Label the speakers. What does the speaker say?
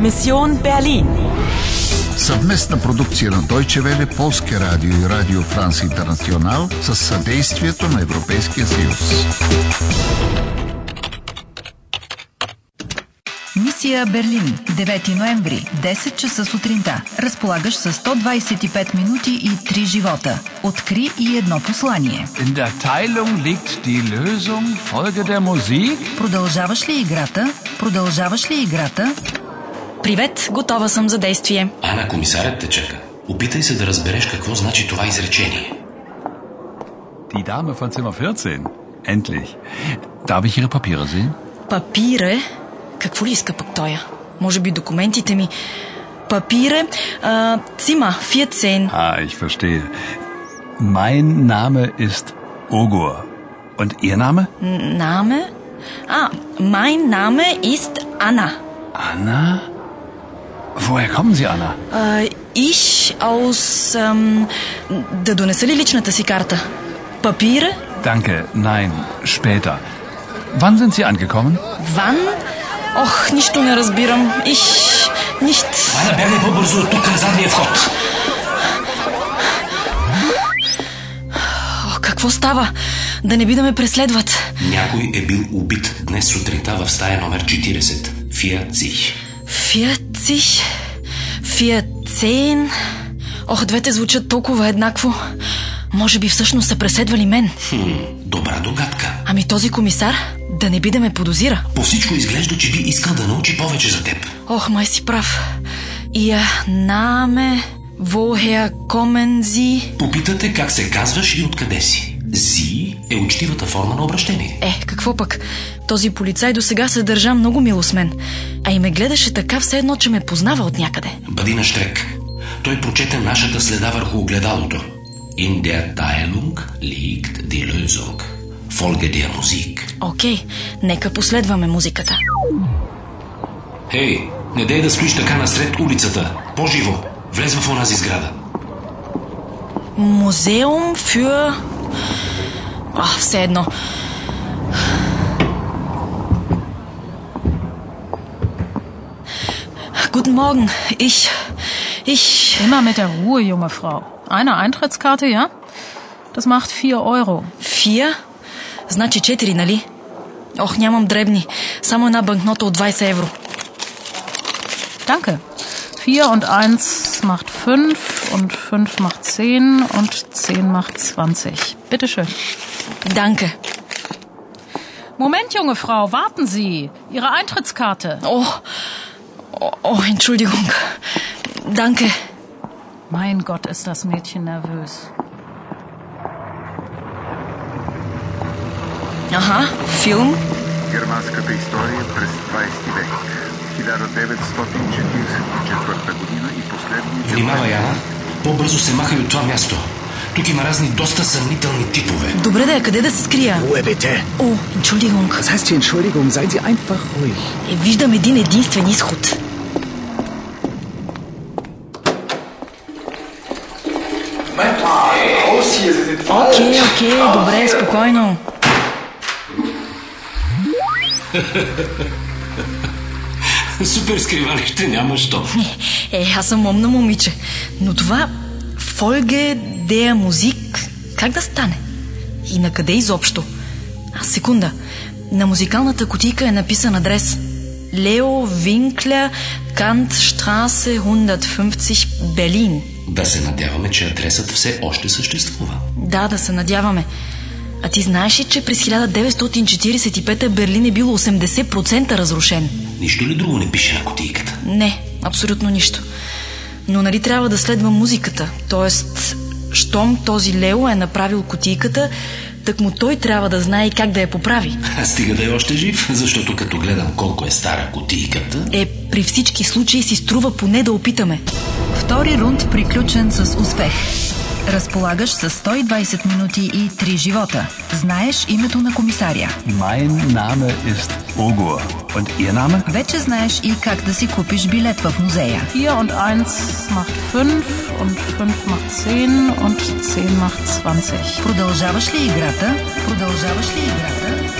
Speaker 1: Mission Berlin.
Speaker 2: Съвместна продукция на Deutsche Welle, Полския радио и Радио Франс Интернационал с съдействието на Европейския съюз.
Speaker 3: Мисия Берлин. 9 ноември. 10 часа сутринта. Разполагаш с 125 минути и 3 живота. Откри и едно послание.
Speaker 4: In der Teilung liegt die Lösung. Folge der Musik.
Speaker 3: Продължаваш ли играта? Продължаваш ли играта?
Speaker 5: Привет, готова съм за действие.
Speaker 6: Ана, комисарят те чака. Опитай се да разбереш какво значи това изречение.
Speaker 4: Die Dame von Zimmer 14. Endlich. Darf ich Ihre Papiere sehen?
Speaker 5: Папире? Какво ли иска пък тоя? Може би документите ми. Папире, а, цима, фиецен.
Speaker 4: Ah, ich verstehe. Mein Name ist Ogur. Und Ihr Name?
Speaker 5: Наме? А, mein Name ist Anna.
Speaker 4: Anna? Woher kommen Sie, Anna?
Speaker 5: А, ich aus... Ам, да донеса ли личната си карта? Папире?
Speaker 4: Danke, nein, später. Wann sind Sie angekommen?
Speaker 5: Ван? Ох, нищо не разбирам. Ich... Nicht...
Speaker 6: Ана, бягай по-бързо от тук на задния вход.
Speaker 5: О, какво става? Да не би да ме преследват.
Speaker 6: Някой е бил убит днес сутринта в стая номер 40. Фия Цих.
Speaker 5: 40, 14. Ох, двете звучат толкова еднакво. Може би всъщност са преследвали мен.
Speaker 6: Хм, добра догадка.
Speaker 5: Ами този комисар да не би да ме подозира.
Speaker 6: По всичко изглежда, че би искал да научи повече за теб.
Speaker 5: Ох, май си прав. И а, наме, вохеа, комензи.
Speaker 6: Попитате как се казваш и откъде си. Зи е учтивата форма на обращение.
Speaker 5: Е, какво пък? Този полицай до сега се държа много мило с мен. А и ме гледаше така все едно, че ме познава от някъде.
Speaker 6: Бъди на штрек. Той прочете нашата следа върху огледалото. In der Teilung liegt die Lösung. Folge der Musik.
Speaker 5: Окей, нека последваме музиката.
Speaker 6: Хей, не дей да стоиш така насред улицата. По-живо. Влез в онази сграда.
Speaker 5: Музеум für... Ah, А, все едно. Guten Morgen. Ich... Ich...
Speaker 7: Immer mit der Ruhe, junge Frau. Eine Eintrittskarte, ja? Das macht 4 Euro.
Speaker 5: Фия? Значи 4, нали? Ох, нямам дребни. Само една банкнота от 20 евро.
Speaker 7: Danke. 4 und 1 macht 5 und 5 macht 10 und 10 macht 20. Bitteschön.
Speaker 5: Данке.
Speaker 7: Moment, junge Frau, warten Sie. Ihre Eintrittskarte.
Speaker 5: О, о, о, entschuldigung. Данке.
Speaker 7: Mein Gott, ist das Mädchen nervös.
Speaker 5: Аха, филм.
Speaker 8: Германската история през 20 век. 1944 година и последните...
Speaker 6: Внимавай, Ана. По-бързо се махай от това място. Тук има разни доста съмнителни типове.
Speaker 5: Добре да е, къде да се скрия?
Speaker 9: Ruhe bitte.
Speaker 5: О, entschuldigung.
Speaker 9: Was heißt hier Entschuldigung? Seien Sie einfach ruhig.
Speaker 5: Е, виждам един единствен изход. Окей, окей, добре, спокойно.
Speaker 6: Супер скривалище няма що.
Speaker 5: Е, аз съм умна момиче. Но това фольге дея музик, как да стане? И на къде изобщо? А, секунда. На музикалната кутийка е написан адрес. Лео Винкля, Кант, Штрасе, 150, Берлин.
Speaker 6: Да се надяваме, че адресът все още съществува.
Speaker 5: Да, да се надяваме. А ти знаеш ли, че през 1945 Берлин е бил 80% разрушен?
Speaker 6: Нищо ли друго не пише на котийката?
Speaker 5: Не, абсолютно нищо. Но нали трябва да следва музиката? Тоест, щом този Лео е направил котийката, так му той трябва да знае и как да я поправи.
Speaker 6: А стига да е още жив, защото като гледам колко е стара котийката...
Speaker 5: Е, при всички случаи си струва поне да опитаме.
Speaker 3: Втори рунд приключен с успех. Разполагаш с 120 минути и 3 живота. Знаеш името на комисаря.
Speaker 4: Mein Name ist Ogur. Und Ihr Name?
Speaker 3: Вече знаеш и как да си купиш билет в музея.
Speaker 7: 4 und 1 macht 5 und 5 macht 10 und 10 macht 20.
Speaker 3: Продължаваш ли играта? Продължаваш ли играта?